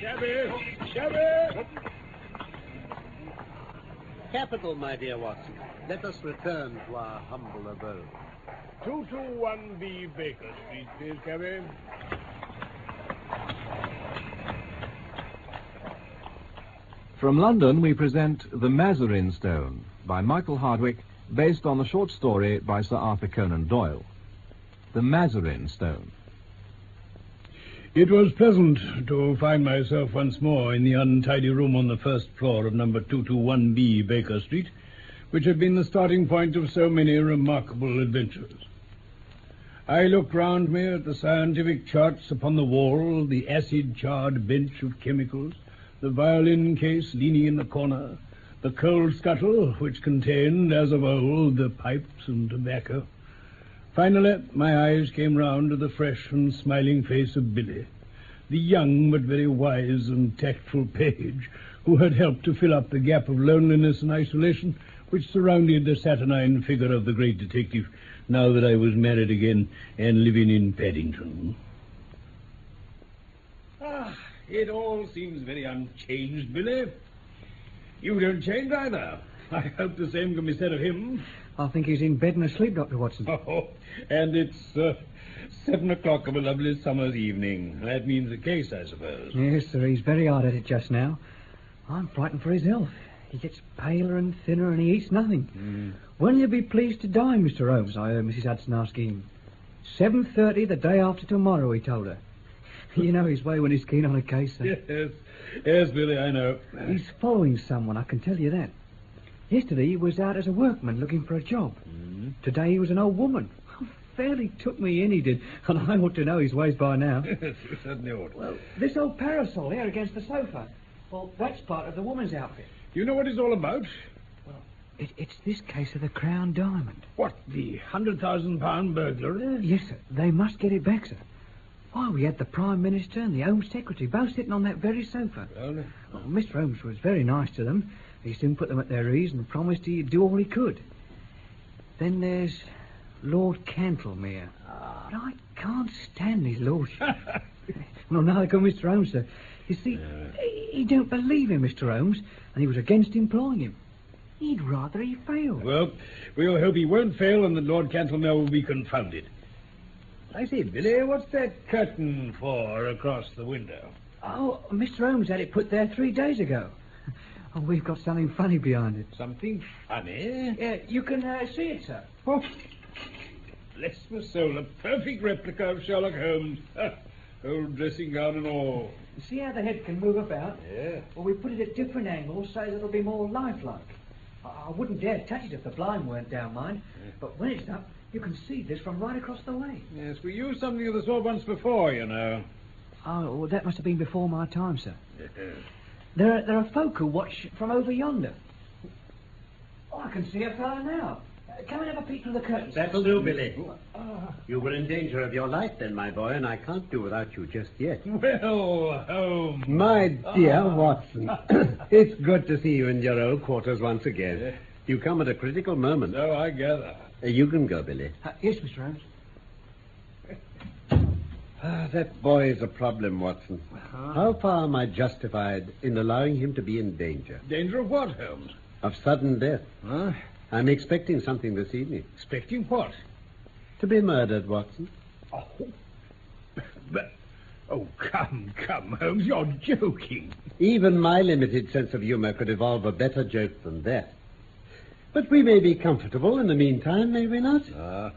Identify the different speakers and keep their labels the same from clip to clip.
Speaker 1: Shabby! Shabby!
Speaker 2: Capital, my dear Watson. Let us return to our humble abode.
Speaker 1: 221B Baker Street, please, Cabby.
Speaker 3: From London, we present The Mazarin Stone by Michael Hardwick, based on the short story by Sir Arthur Conan Doyle. The Mazarin Stone.
Speaker 1: It was pleasant to find myself once more in the untidy room on the first floor of number 221B Baker Street, which had been the starting point of so many remarkable adventures. I looked round me at the scientific charts upon the wall, the acid charred bench of chemicals, the violin case leaning in the corner, the coal scuttle, which contained, as of old, the pipes and tobacco. Finally, my eyes came round to the fresh and smiling face of Billy, the young but very wise and tactful page who had helped to fill up the gap of loneliness and isolation which surrounded the saturnine figure of the great detective now that I was married again and living in Paddington. Ah, it all seems very unchanged, Billy. You don't change either. I hope the same can be said of him.
Speaker 4: I think he's in bed and asleep, Dr. Watson.
Speaker 1: Oh, and it's uh, seven o'clock of a lovely summer's evening. That means the case, I suppose.
Speaker 4: Yes, sir, he's very hard at it just now. I'm frightened for his health. He gets paler and thinner and he eats nothing. When will you be pleased to dine, Mr. Holmes? I heard Mrs. Hudson ask him. 7.30 the day after tomorrow, he told her. you know his way when he's keen on a case, sir.
Speaker 1: Yes, yes, Billy, I know.
Speaker 4: He's following someone, I can tell you that. Yesterday he was out as a workman looking for a job. Today he was an old woman. Fairly took me in, he did, and I ought to know his ways by now.
Speaker 1: Yes, you certainly ought.
Speaker 4: well, this old parasol here against the sofa. Well, that's part of the woman's outfit.
Speaker 1: You know what it's all about?
Speaker 4: It, it's this case of the crown diamond.
Speaker 1: What, the hundred thousand pound burglary?
Speaker 4: Yes, sir. They must get it back, sir. Why, we had the Prime Minister and the Home Secretary both sitting on that very sofa.
Speaker 1: Well,
Speaker 4: Well, Mr. Holmes was very nice to them. He soon put them at their ease and promised he'd do all he could. Then there's Lord Cantlemere. But I can't stand his lordship. no, neither can Mr. Holmes, sir. You see, he- he don't believe in Mr. Holmes, and he was against employing him. He'd rather he failed.
Speaker 1: well, we'll hope he won't fail and that Lord Cantlemere will be confounded. I say, Billy, what's that curtain for across the window?
Speaker 4: Oh, Mr. Holmes had it put there three days ago. Oh, we've got something funny behind it.
Speaker 1: Something funny?
Speaker 4: Yeah, you can uh, see it, sir.
Speaker 1: What? Bless my soul, a perfect replica of Sherlock Holmes. Old dressing gown and all.
Speaker 4: You see how the head can move about?
Speaker 1: Yeah.
Speaker 4: Well, we put it at different angles so that it'll be more lifelike. I, I wouldn't dare touch it if the blind weren't down, mind. But when it's up, you can see this from right across the way.
Speaker 1: Yes, we used something of the sort once before, you know.
Speaker 4: Oh, well, that must have been before my time, sir. There are, there are folk who watch from over yonder. Oh, I can see a fellow now. Uh, come and have a peek through the curtains.
Speaker 2: That'll do, Billy. You were in danger of your life then, my boy, and I can't do without you just yet.
Speaker 1: Well, Holmes.
Speaker 2: My dear Watson, it's good to see you in your old quarters once again. You come at a critical moment.
Speaker 1: So I gather.
Speaker 2: Uh, You can go, Billy.
Speaker 4: Uh, yes, Mr. Holmes.
Speaker 2: Ah, Uh-huh. that boy is a problem, Watson. How far am I justified in allowing him to be in danger
Speaker 1: Danger of what, Holmes?
Speaker 2: of sudden death?
Speaker 1: Huh?
Speaker 2: I'm expecting something this evening.
Speaker 1: Expecting what?
Speaker 2: To be murdered, Watson.
Speaker 1: Oh. But. Oh, come, come, Holmes, you're joking.
Speaker 2: Even my limited sense of humor could evolve a better joke than that. But we may be comfortable in the meantime, may we not?
Speaker 1: Ah,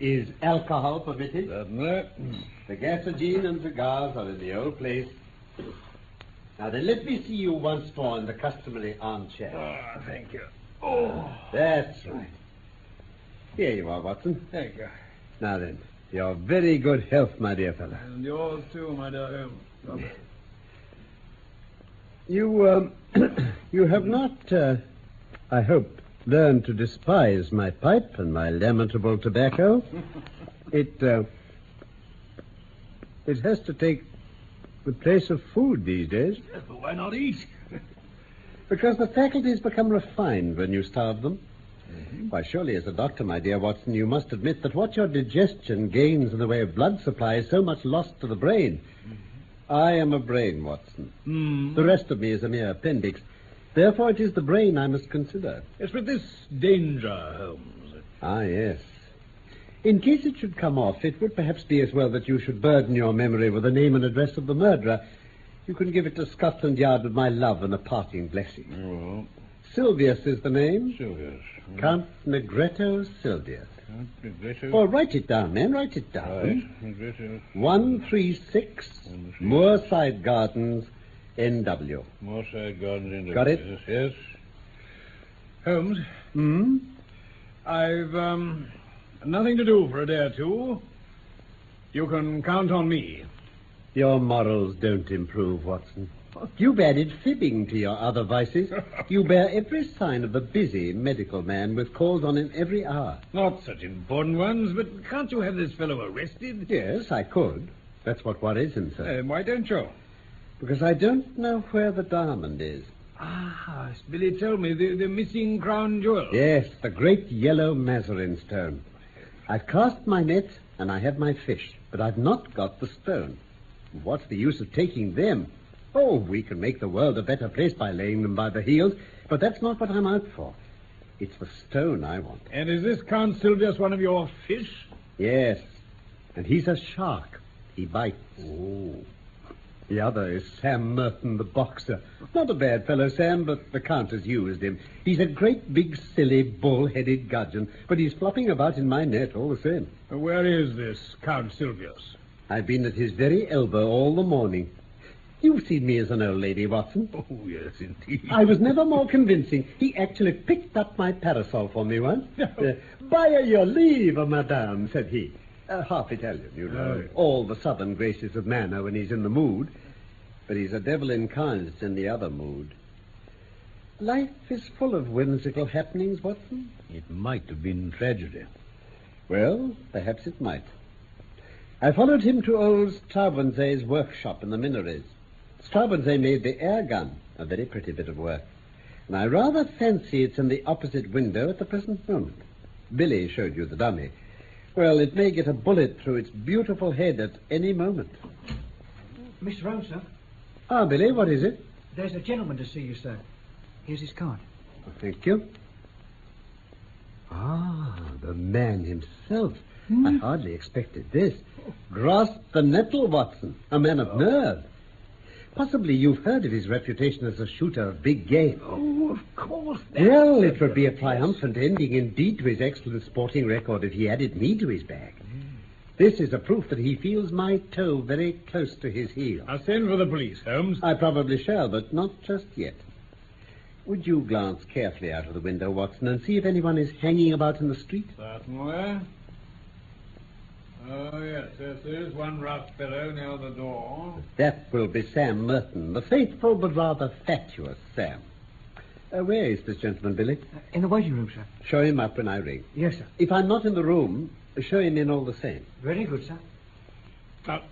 Speaker 2: Is alcohol permitted?
Speaker 1: certainly.
Speaker 2: The gasogene and cigars are in the old place. Now then, let me see you once more in the customary armchair.
Speaker 1: Ah, thank you. Oh,
Speaker 2: That's right. Here you are, Watson.
Speaker 1: thank you.
Speaker 2: Now then, your very good health, my dear fellow.
Speaker 1: And yours too, my dear Holmes.
Speaker 2: You, um, you have not, uh, I hope, learned to despise my pipe and my lamentable tobacco. it, uh, it has to take the place of food these days
Speaker 1: But why not eat?
Speaker 2: because the faculties become refined when you starve them. Why, surely, as a doctor, my dear Watson, you must admit that what your digestion gains in the way of blood supply is so much lost to the brain. I am a brain, Watson.
Speaker 1: Hmm.
Speaker 2: The rest of me is a mere appendix. Therefore, it is the brain I must consider.
Speaker 1: Yes, but this danger, Holmes.
Speaker 2: Ah, yes. In case it should come off, it would perhaps be as well that you should burden your memory with the name and address of the murderer. You can give it to Scotland Yard with my love and a parting blessing.
Speaker 1: Oh,
Speaker 2: Silvius is the name.
Speaker 1: Silvius.
Speaker 2: Count Negretto Silvius.
Speaker 1: Can't regret it.
Speaker 2: Well, write it down, then. Write it
Speaker 1: Right.
Speaker 2: down.
Speaker 1: Regret it.
Speaker 2: 136 Moorside Gardens, NW.
Speaker 1: Moorside Gardens in
Speaker 2: Got it?
Speaker 1: Yes, yes. Holmes,
Speaker 2: Hmm?
Speaker 1: I've um, nothing to do for a day or two. You can count on me.
Speaker 2: Your morals don't improve, Watson. You've added fibbing to your other vices. You bear every sign of the busy medical man with calls on him every hour.
Speaker 1: Not such important ones, but can't you have this fellow arrested?
Speaker 2: Yes, I could. That's what worries him, sir.
Speaker 1: Uh, why don't you?
Speaker 2: Because I don't know where the diamond is.
Speaker 1: Ah, as Billy told me, the, the missing crown jewel.
Speaker 2: Yes, the great yellow Mazarin stone. I've cast my net and I have my fish, but I've not got the stone. What's the use of taking them? Oh, we can make the world a better place by laying them by the heels, but that's not what I'm out for. It's the stone I want.
Speaker 1: And is this Count Silvius one of your fish?
Speaker 2: Yes, and he's a shark. He bites. Oh. The other is Sam Merton, the boxer. Not a bad fellow, Sam, but the Count has used him. He's a great big, silly, bull-headed gudgeon, but he's flopping about in my net all the same.
Speaker 1: Where is this Count Silvius?
Speaker 2: I've been at his very elbow all the morning. You've seen me as an old lady, Watson.
Speaker 1: Oh, yes, indeed.
Speaker 2: I was never more convincing. He actually picked up my parasol for me once. Uh, By your leave, madame, said he. Uh, half Italian, you know.
Speaker 1: Oh.
Speaker 2: All the southern graces of manner when he's in the mood. But he's a devil incarnate in the other mood. Life is full of whimsical happenings, Watson.
Speaker 1: It might have been tragedy.
Speaker 2: Well, perhaps it might. I followed him to old Straubenzé's workshop in the Minories. Straubenzé made the air gun, a very pretty bit of work. And I rather fancy it's in the opposite window at the present moment. Billy showed you the dummy. Well, it may get a bullet through its beautiful head at any moment.
Speaker 4: Mr. Rose, sir,
Speaker 2: Ah, Billy, what is it?
Speaker 4: there's a gentleman to see you, sir. Here's his card.
Speaker 2: Oh, thank you. Ah, the man himself. I hardly expected this. Grasp the nettle, Watson. A man of nerve. Possibly you've heard of his reputation as a shooter of big game.
Speaker 4: Oh, of course.
Speaker 2: Well, it would be a triumphant ending indeed to his excellent sporting record if he added me to his bag. This is a proof that he feels my toe very close to his heel.
Speaker 1: I'll send for the police, Holmes.
Speaker 2: I probably shall, but not just yet. Would you glance carefully out of the window, Watson, and see if anyone is hanging about in the street?
Speaker 1: Certainly. Oh, yes, yes, there is one rough fellow near the door.
Speaker 2: That will be Sam Merton, the faithful but rather fatuous Sam. Uh, where is this gentleman, Billy?
Speaker 4: Uh, In the waiting room, sir.
Speaker 2: Show him up when I ring.
Speaker 4: Yes, sir.
Speaker 2: If I'm not in the room, show him in all the same.
Speaker 4: Very good, sir.
Speaker 1: Now,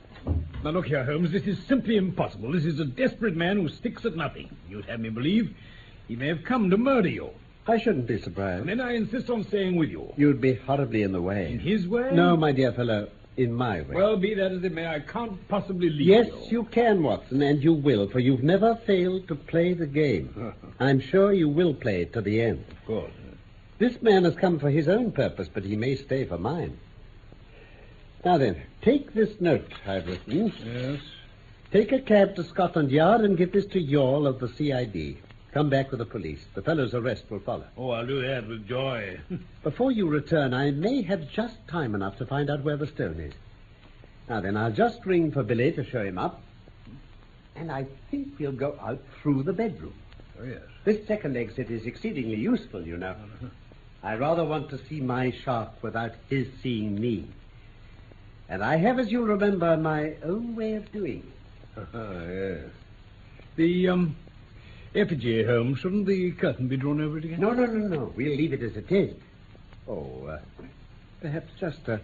Speaker 1: now, look here, Holmes. This is simply impossible. This is a desperate man who sticks at nothing. You'd have me believe he may have come to murder you.
Speaker 2: I shouldn't be
Speaker 1: And
Speaker 2: surprised.
Speaker 1: then I insist on staying with you.
Speaker 2: You'd be horribly in the
Speaker 1: In
Speaker 2: way.
Speaker 1: his way?
Speaker 2: No, my dear fellow, in my way.
Speaker 1: Well, be that as it may, I can't possibly leave
Speaker 2: Yes,
Speaker 1: you.
Speaker 2: you can, Watson, and you will, for you've never failed to play the game. I'm sure you will play it to the end.
Speaker 1: Of course.
Speaker 2: This man has come for his own purpose, but he may stay for mine. Now then, take this note I've written.
Speaker 1: Yes.
Speaker 2: Take a cab to Scotland Yard and give this to Yarl of the CID. Come back with the police. The fellow's arrest will follow.
Speaker 1: Oh, I'll do that with joy.
Speaker 2: Before you return, I may have just time enough to find out where the stone is. Now then, I'll just ring for Billy to show him up. And I think we'll go out through the bedroom.
Speaker 1: oh, yes.
Speaker 2: This second exit is exceedingly useful, you know. I rather want to see my shark without his seeing me. And I have, as you remember, my own way of doing. it.
Speaker 1: Ah, yes. The, um, effigy, Holmes. Shouldn't the curtain be drawn over it again?
Speaker 2: No, no, no, no. We'll leave it as it is. Oh, uh, perhaps just a,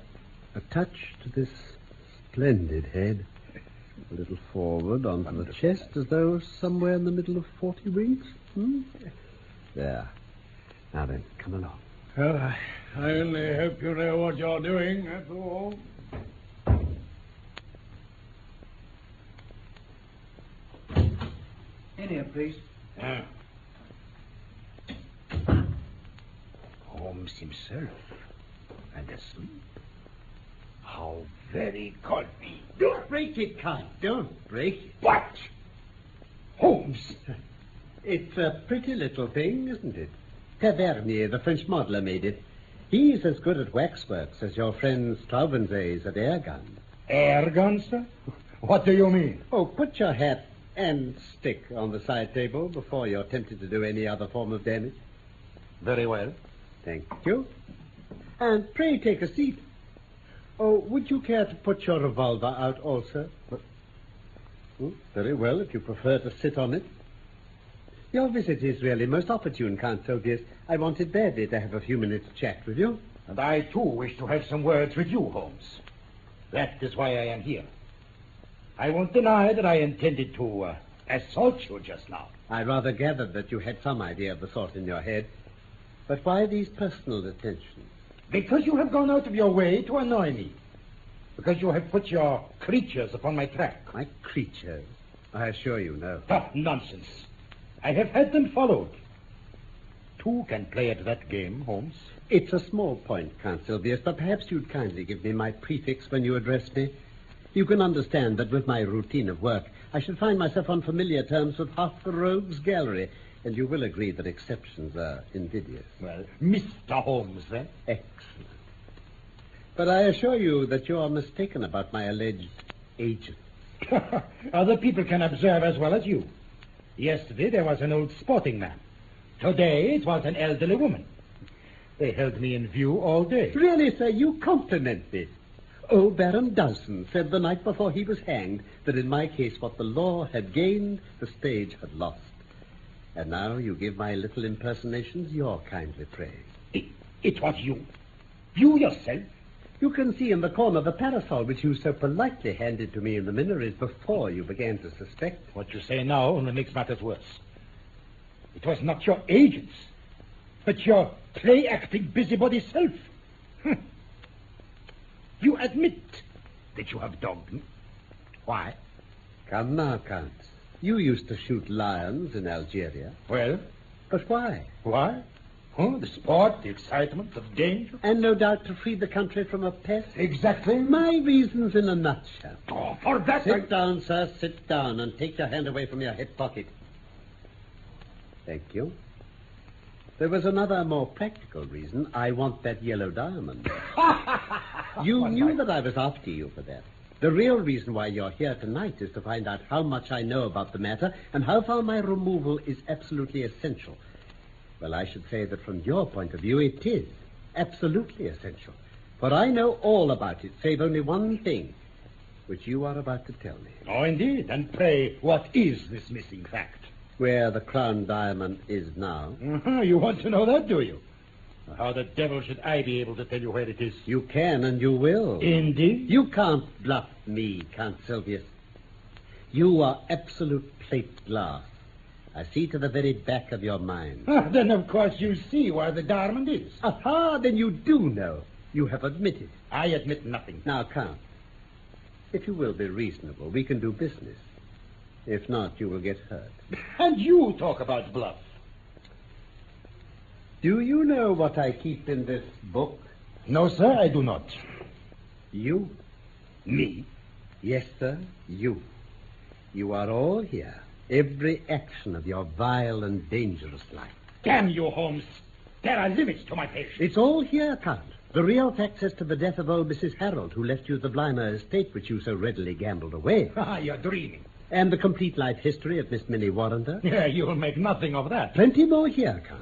Speaker 2: a touch to this splendid head. A little forward onto the chest, as though somewhere in the middle of 40 winks. Hmm? There. Now then, come along.
Speaker 1: Well, I, Ah, I only hope you know what you're doing, that's all.
Speaker 4: In here, please.
Speaker 1: Ah,
Speaker 5: Holmes himself. And asleep. How very convenient.
Speaker 2: Don't break it, Count. Don't break it.
Speaker 5: What? Holmes!
Speaker 2: It's a pretty little thing, isn't it? Tavernier, the French modeler, made it. He's as good at waxworks as your friend Straubensee is at air guns.
Speaker 5: Air guns, sir? What do you mean?
Speaker 2: Oh, put your hat and stick on the side table before you're tempted to do any other form of damage.
Speaker 5: Very well.
Speaker 2: Thank you. And pray take a seat. Oh, would you care to put your revolver out also? Hmm, Very well, if you prefer to sit on it. Your visit is really most opportune, Count Soldiers. I wanted badly to have a few minutes' chat with you.
Speaker 5: And I, too, wish to have some words with you, Holmes. That is why I am here. I won't deny that I intended to uh, assault you just now.
Speaker 2: I rather gathered that you had some idea of the sort in your head. But why these personal attentions?
Speaker 5: Because you have gone out of your way to annoy me. Because you have put your creatures upon my track.
Speaker 2: My creatures. I assure you, no.
Speaker 5: What nonsense. I have had them followed. Two can play at that game, Holmes.
Speaker 2: It's a small point, Count Silvius, but perhaps you'd kindly give me my prefix when you address me. You can understand that with my routine of work, I should find myself on familiar terms with half the rogues gallery, and you will agree that exceptions are invidious.
Speaker 5: Well, Mr. Holmes, then.
Speaker 2: Excellent. But I assure you that you are mistaken about my alleged agent.
Speaker 5: Other people can observe as well as you. Yesterday there was an old sporting man. Today it was an elderly woman. They held me in view all day.
Speaker 2: Really, sir, you compliment me. Old Baron Dowson said the night before he was hanged that in my case what the law had gained, the stage had lost. And now you give my little impersonations your kindly praise.
Speaker 5: It, it was you. You yourself.
Speaker 2: You can see in the corner the parasol which you so politely handed to me in the minories before you began to suspect.
Speaker 5: What you say now only makes matters worse. It was not your agents, but your play acting busybody self. Hmm. You admit that you have dogged me. Why?
Speaker 2: Come now, Count. You used to shoot lions in Algeria.
Speaker 5: Well,
Speaker 2: But why?
Speaker 5: why? Huh? The sport, the excitement, the danger.
Speaker 2: And no doubt to free the country from a pest.
Speaker 5: Exactly.
Speaker 2: My reasons in a nutshell.
Speaker 5: Oh, for that
Speaker 2: Sit down, sir. Sit down and take your hand away from your hip pocket. Thank you. There was another more practical reason. I want that yellow diamond. you knew that I was after you for that. The real reason why you're here tonight is to find out how much I know about the matter and how far my removal is absolutely essential. Well, I should say that from your point of view, it is absolutely essential. For I know all about it, save only one thing, which you are about to tell me.
Speaker 5: Oh, indeed. And pray, what is this missing fact?
Speaker 2: Where the crown diamond is now.
Speaker 5: Mhm, You want to know that, do you? How the devil should I be able to tell you where it is?
Speaker 2: You can and you will.
Speaker 5: Indeed.
Speaker 2: You can't bluff me, Count Silvius. You are absolute plate glass. I see to the very back of your mind.
Speaker 5: Ah, then, of course, you see where the diamond is.
Speaker 2: Aha, then you do know. You have admitted.
Speaker 5: I admit nothing.
Speaker 2: Now, Count, if you will be reasonable, we can do business. If not, you will get hurt.
Speaker 5: And you talk about bluff.
Speaker 2: Do you know what I keep in this book?
Speaker 5: No, sir, I do not.
Speaker 2: You?
Speaker 5: Me?
Speaker 2: Yes, sir, you. You are all here. Every action of your vile and dangerous life.
Speaker 5: Damn you, Holmes. There are limits to my patience.
Speaker 2: It's all here, Count. The real facts as to the death of old Mrs. Harold, who left you the Blimer estate which you so readily gambled away,
Speaker 5: Ah, you're dreaming.
Speaker 2: and the complete life history of Miss Minnie Warrender.
Speaker 5: Yeah, you'll make nothing of that.
Speaker 2: Plenty more here, Count.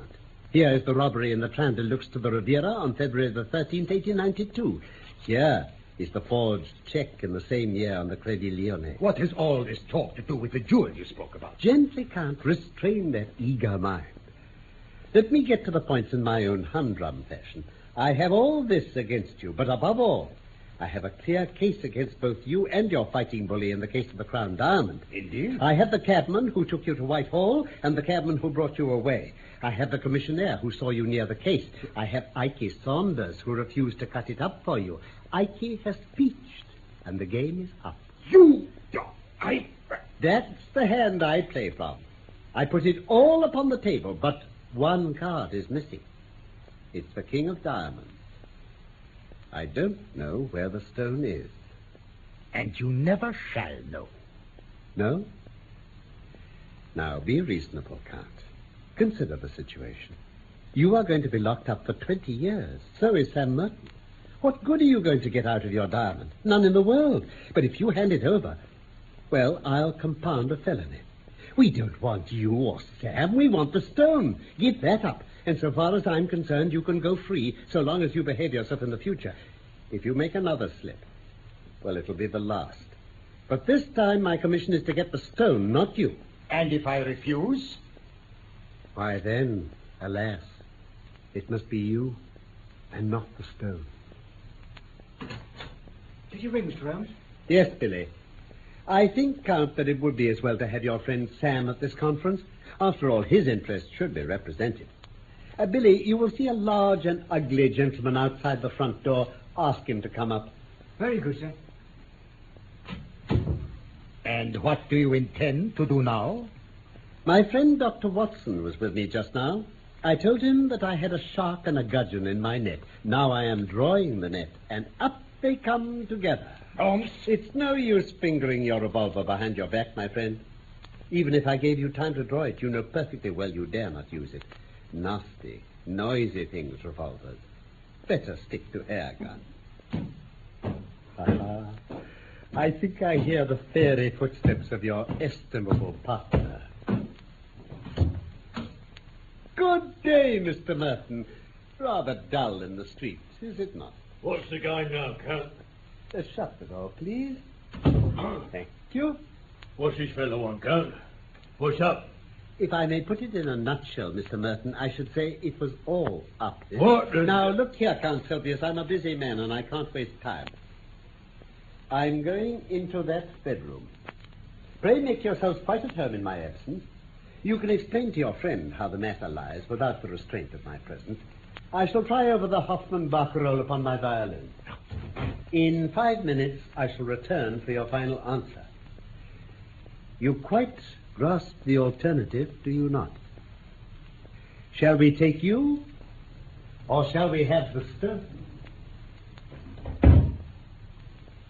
Speaker 2: Here is the robbery in the tram deluxe to the Riviera on February the 13th, 1892. Here is the forged check in the same year on the Credit Lyonnais.
Speaker 5: What has all this talk to do with the jewel you spoke about?
Speaker 2: Gently, Count, restrain that eager mind. Let me get to the points in my own humdrum fashion. I have all this against you, but above all, I have a clear case against both you and your fighting bully in the case of the Crown Diamond.
Speaker 5: Indeed.
Speaker 2: I have the cabman who took you to Whitehall and the cabman who brought you away. I have the commissionaire who saw you near the case. I have Ike Saunders who refused to cut it up for you. Ike has peached, and the game is up.
Speaker 5: You dog. I.
Speaker 2: That's the hand I play from. I put it all upon the table, but one card is missing. It's the King of Diamonds. I don't know where the stone is.
Speaker 5: And you never shall know.
Speaker 2: No? Now, be reasonable, Count. Consider the situation. You are going to be locked up for 20 years. So is Sam Merton. What good are you going to get out of your diamond? None in the world. But if you hand it over, well, I'll compound a felony. We don't want you or Sam. We want the stone. Give that up. And so far as I'm concerned, you can go free so long as you behave yourself in the future. If you make another slip, well, it'll be the last. But this time, my commission is to get the stone, not you.
Speaker 5: And if I refuse?
Speaker 2: Why then, alas, it must be you and not the stone.
Speaker 4: Did you ring, Mr. Holmes?
Speaker 2: Yes, Billy. I think, Count, that it would be as well to have your friend Sam at this conference. After all, his interests should be represented. Uh, Billy, you will see a large and ugly gentleman outside the front door. Ask him to come up.
Speaker 4: Very good, sir.
Speaker 5: And what do you intend to do now?
Speaker 2: My friend Dr. Watson was with me just now. I told him that I had a shark and a gudgeon in my net. Now I am drawing the net, and up they come together.
Speaker 5: Holmes,
Speaker 2: It's no use fingering your revolver behind your back, my friend. Even if I gave you time to draw it, you know perfectly well you dare not use it. Nasty, noisy things, revolvers. Better stick to air guns. Ah, I think I hear the fairy footsteps of your estimable partner. Good day, Mr. Merton. Rather dull in the streets, is it not?
Speaker 1: What's the game now, Count?
Speaker 2: Uh, shut the door, please. Thank you.
Speaker 1: What's this fellow want, Count? What's up?
Speaker 2: If I may put it in a nutshell, Mr. Merton, I should say it was all up.
Speaker 1: What the-
Speaker 2: Now, look here, Count Silvius. I'm a busy man and I can't waste time. I'm going into that bedroom. Pray make yourselves quite at home in my absence. You can explain to your friend how the matter lies without the restraint of my presence. I shall try over the Hoffman barcarolle upon my violin. In five minutes, I shall return for your final answer. You quite grasp the alternative, do you not? Shall we take you, or shall we have the stone?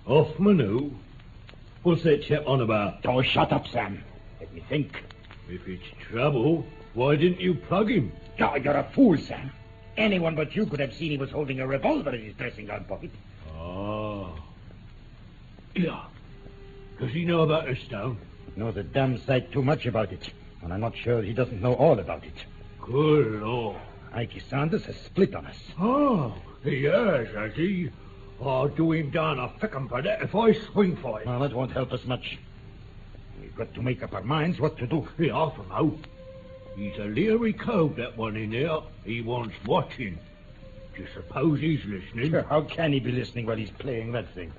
Speaker 1: Hoffman who? What's that chap on about?
Speaker 5: don't Oh, shut up, Sam. Let me think.
Speaker 1: If it's trouble, why didn't you plug him?
Speaker 5: Oh, you're a fool, Sam. Anyone but you could have seen he was holding a revolver in his dressing gown pocket.
Speaker 1: Ah. Yeah. Does he know about the stone?
Speaker 5: Knows a damn sight too much about it, and I'm not sure he doesn't know all about it.
Speaker 1: Good lord.
Speaker 5: Ike Sanders has split on us.
Speaker 1: Oh, he has, has he? I'll Oh, do him down a fickum for that if I swing for it.
Speaker 5: Well, that won't help us much. We've got to make up our minds what to do.
Speaker 1: Yeah, I don't know. He's a leery cove, that one in there. He wants watching. Do you suppose he's listening?
Speaker 5: How can he be listening while he's playing that thing?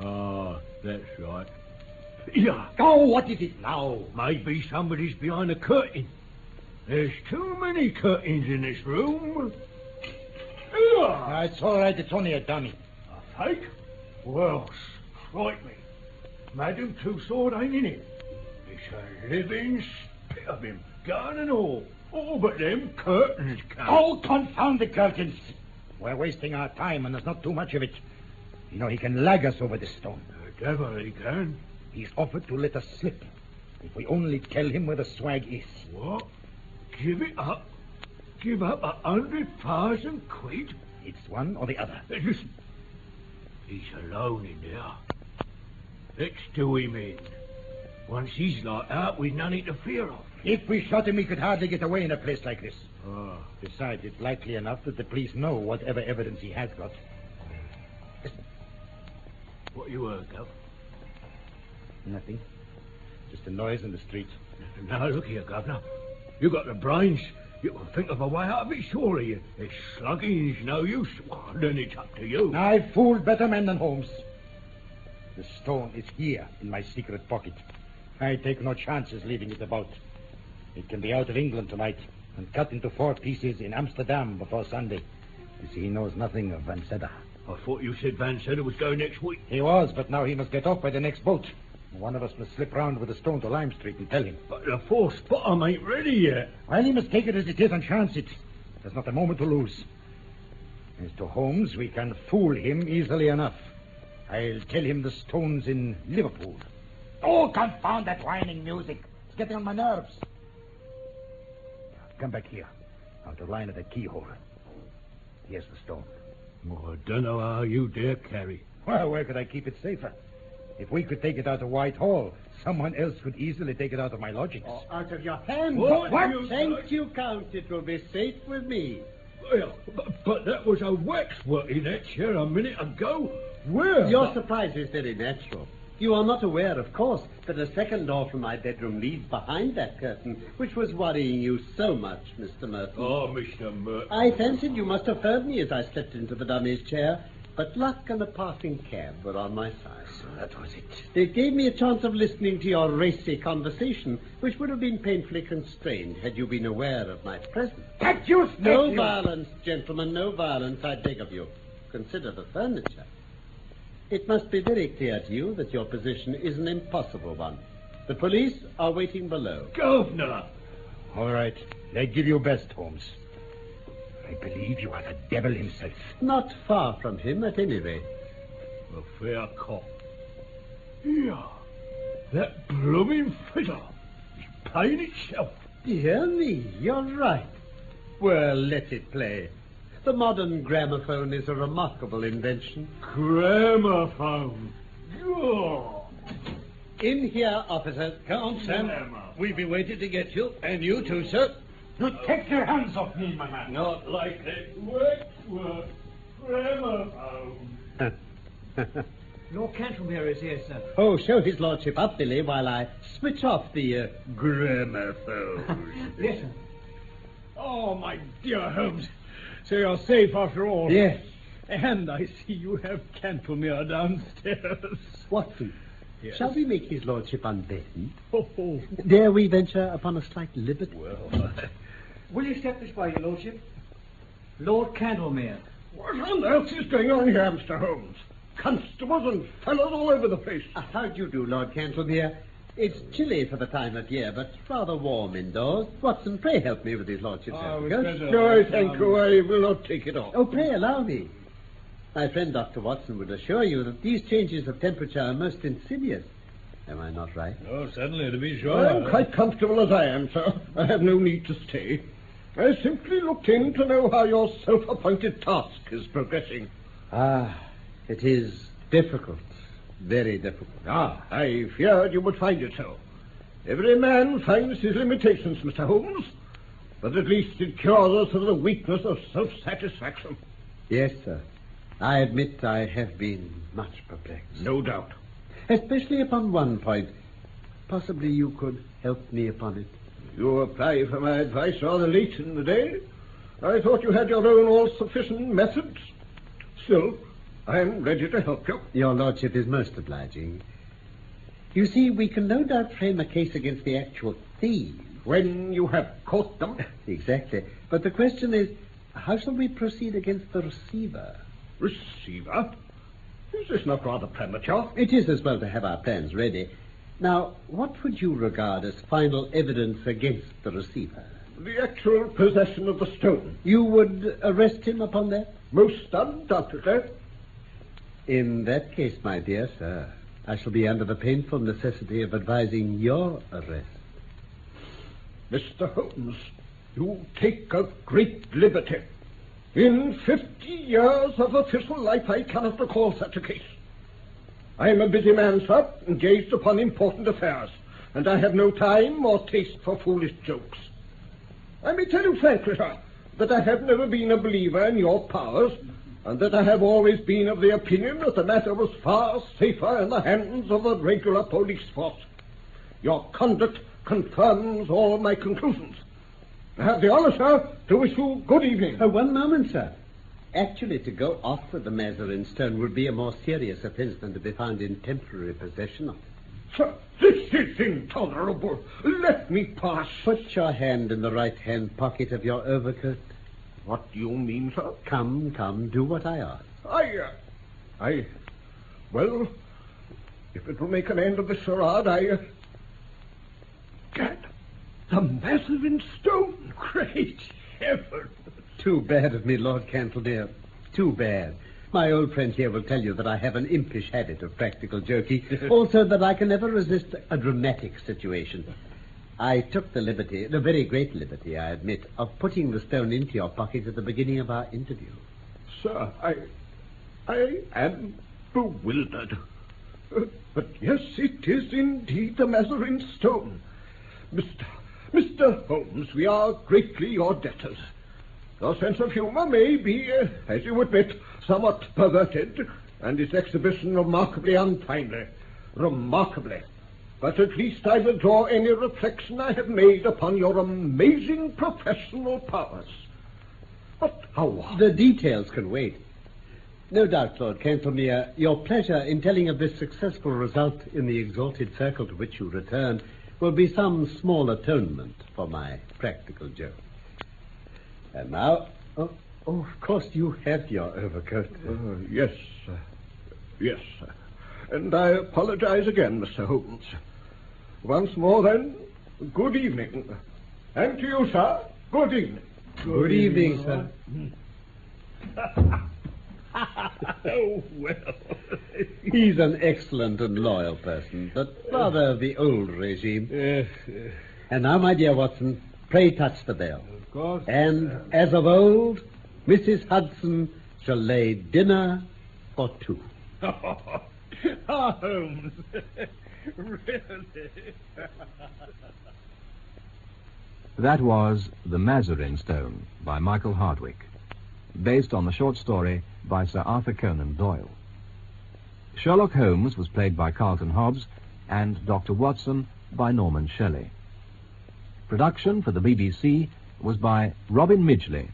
Speaker 1: Ah, that's right. Yeah,
Speaker 5: Oh, what is it now?
Speaker 1: maybe somebody's behind a curtain. There's too many curtains in this room. Yeah,
Speaker 5: Ah, it's all right. It's only a dummy.
Speaker 1: a fake? Well, strike me. Madam Two-Sword ain't in it. It's a living spit of him, gun and all. All but them curtains, cunt.
Speaker 5: Oh, confound the curtains! We're wasting our time, and there's not too much of it. You know, he can lag us over this stone.
Speaker 1: The devil he can.
Speaker 5: He's offered to let us slip if we only tell him where the swag is.
Speaker 1: What? Give it up? Give up a hundred thousand quid?
Speaker 5: It's one or the other.
Speaker 1: Listen. He's alone in there. Let's do him in. Once he's like out, we've nothing to fear of.
Speaker 5: If we shot him, he could hardly get away in a place like this.
Speaker 1: Ah,
Speaker 5: Besides, it's likely enough that the police know whatever evidence he has got.
Speaker 1: what you heard, Gov?
Speaker 5: Nothing. Just a noise in the street.
Speaker 1: Now, look here, Governor. You got the brains. You can think of a way out of it, surely. It's slugging's no use. Well, then it's up to you.
Speaker 5: I've fooled better men than Holmes. The stone is here in my secret pocket. I take no chances leaving it about. It can be out of England tonight and cut into four pieces in Amsterdam before Sunday. You see, he knows nothing of Van Sedda.
Speaker 1: I thought you said Van said it was going next week.
Speaker 5: He was, but now he must get off by the next boat. One of us must slip round with a stone to Lime Street and tell him.
Speaker 1: But the fourth bottom ain't ready yet.
Speaker 5: Well, he must take it as it is and chance it. There's not a moment to lose. As to Holmes, we can fool him easily enough. I'll tell him the stone's in Liverpool. Oh, confound that whining music. It's getting on my nerves. Now, Come back here, out of line of the keyhole. Here's the stone.
Speaker 1: Oh, I don't know how you dare carry.
Speaker 5: Well, where could I keep it safer? If we could take it out of Whitehall, someone else could easily take it out of my lodgings.
Speaker 2: out of your hands.
Speaker 1: What What? you-
Speaker 2: Thank you, Count. It will be safe with me.
Speaker 1: Well, but, but that was a waxwork in that chair a minute ago. Where?
Speaker 2: Your surprise is very natural. You are not aware, of course, that a second door from my bedroom leads behind that curtain, which was worrying you so much, Mr. Merton.
Speaker 1: Oh, Mr. Merton.
Speaker 2: I fancied you must have heard me as I slipped into the dummy's chair, but luck and a passing cab were on my side. So that was it. It gave me a chance of listening to your racy conversation, which would have been painfully constrained had you been aware of my presence.
Speaker 5: That you
Speaker 2: No violence, gentlemen, no violence, I beg of you. Consider the furniture. It must be very clear to you that your position is an impossible one. The police are waiting below.
Speaker 1: Governor!
Speaker 5: All right, I give you best, Holmes. I believe you are the devil himself.
Speaker 2: Not far from him, at any rate.
Speaker 1: A fair cop. Yeah, that blooming fiddle. It's paying itself.
Speaker 2: Dear me, you're right. Well, let it play. The modern gramophone is a remarkable invention.
Speaker 1: Gramophone. Yeah.
Speaker 2: In here, officers. Come on,
Speaker 6: We've been waiting to get you, and you too, sir.
Speaker 5: You take your hands off me, my man.
Speaker 1: Not like that waxwork. Gramophone.
Speaker 4: Lord Cantlemere is here, sir.
Speaker 2: Oh, show his lordship up, Billy, while I switch off the uh, gramophone.
Speaker 4: Yes, sir.
Speaker 6: Oh, my dear Holmes. So you're safe after all.
Speaker 2: yes,
Speaker 6: And I see you have Cantlemere downstairs. Oh,
Speaker 2: Watson.
Speaker 6: Yes.
Speaker 2: Shall we make his lordship unbuttoned?
Speaker 6: Oh,
Speaker 2: Dare we venture upon a slight liberty?
Speaker 6: well.
Speaker 4: Will you step this way, Your Lordship? Lord Candlemere.
Speaker 1: What on earth is going on here, Mr. Holmes? Constables and fellows all over the place.
Speaker 2: Uh, How do you do, Lord Cantlemere? It's chilly for the time of year, but rather warm indoors. Watson, pray help me with his lordship's
Speaker 1: Ah,
Speaker 2: overcoat.
Speaker 1: No, thank
Speaker 6: Um,
Speaker 1: you. I will not take it off.
Speaker 2: Oh, pray allow me. My friend Dr. Watson would assure you that these changes of temperature are most insidious. Am I not right?
Speaker 6: Oh, certainly, to be sure.
Speaker 1: I am quite comfortable as I am, sir. I have no need to stay. I simply looked in to know how your self-appointed task is progressing.
Speaker 2: Ah, it is difficult. Very difficult.
Speaker 1: Ah, I feared you would find it so. Every man finds his limitations, Mr. Holmes. But at least it cures us of the weakness of self-satisfaction.
Speaker 2: Yes, sir. I admit I have been much perplexed.
Speaker 1: No doubt.
Speaker 2: Especially upon one point. Possibly you could help me upon it.
Speaker 1: You apply for my advice rather late in the day. I thought you had your own all-sufficient methods. Still, I am ready to help you.
Speaker 2: Your Lordship is most obliging. You see, we can no doubt frame a case against the actual thieves.
Speaker 1: When you have caught them.
Speaker 2: Exactly. But the question is, how shall we proceed against the receiver?
Speaker 1: Receiver? Is this not rather premature?
Speaker 2: It is as well to have our plans ready. Now, what would you regard as final evidence against the receiver?
Speaker 1: The actual possession of the stone.
Speaker 2: You would arrest him upon that?
Speaker 1: Most undoubtedly.
Speaker 2: In that case, my dear sir, I shall be under the painful necessity of advising your arrest.
Speaker 1: Mr. Holmes, you take a great liberty. In 50 years of official life, I cannot recall such a case. I am a busy man, sir, engaged upon important affairs, and I have no time or taste for foolish jokes. I may tell you frankly, sir, that I have never been a believer in your powers, and that I have always been of the opinion that the matter was far safer in the hands of the regular police force. Your conduct confirms all my conclusions. I have the honor, sir, to wish you good evening.
Speaker 2: Oh, one moment, sir. Actually, to go off with the Mazarin stone would be a more serious offense than to be found in temporary possession of.
Speaker 1: Sir, this is intolerable. Let me pass.
Speaker 2: Put your hand in the right-hand pocket of your overcoat.
Speaker 1: What do you mean, sir? uh,
Speaker 2: Come, come, do what I ask.
Speaker 1: I, uh, I, well, If it will make an end of the charade, I. Uh... Gad! The massive in stone! Great heaven!
Speaker 2: Too bad of me, Lord Cantledear. Too bad. My old friend here will tell you that I have an impish habit of practical joking. also, that I can never resist a dramatic situation. I took the liberty, the very great liberty, I admit, of putting the stone into your pocket at the beginning of our interview.
Speaker 1: Sir, I. I am bewildered. Uh, But yes, it is indeed the Mazarin stone. Mr. Mr. Holmes, we are greatly your debtors. Your sense of humor may be, uh, as you admit, somewhat perverted, and its exhibition remarkably untimely. Remarkably. But at least I withdraw any reflection I have made upon your amazing professional powers. But how?
Speaker 2: The details can wait. No doubt, Lord Cantlemere, your pleasure in telling of this successful result in the exalted circle to which you returned will be some small atonement for my practical joke. And now, oh, oh of course, you have your overcoat.
Speaker 1: Uh, yes, sir. Yes, sir. And I apologize again, Mr. Holmes. Once more, then, good evening. And to you, sir, good evening.
Speaker 2: Good evening, sir.
Speaker 1: Oh, well.
Speaker 2: He's an excellent and loyal person, but rather the old regime.
Speaker 7: Yes,
Speaker 2: And now, my dear Watson, pray touch the bell.
Speaker 7: of course.
Speaker 2: And as of old, Mrs. Hudson shall lay dinner for two.
Speaker 1: Oh,
Speaker 7: ah, Holmes. really?
Speaker 3: That was The Mazarin Stone by Michael Hardwick, based on the short story by Sir Arthur Conan Doyle. Sherlock Holmes was played by Carlton Hobbs and Dr. Watson by Norman Shelley. Production for the BBC was by Robin Midgley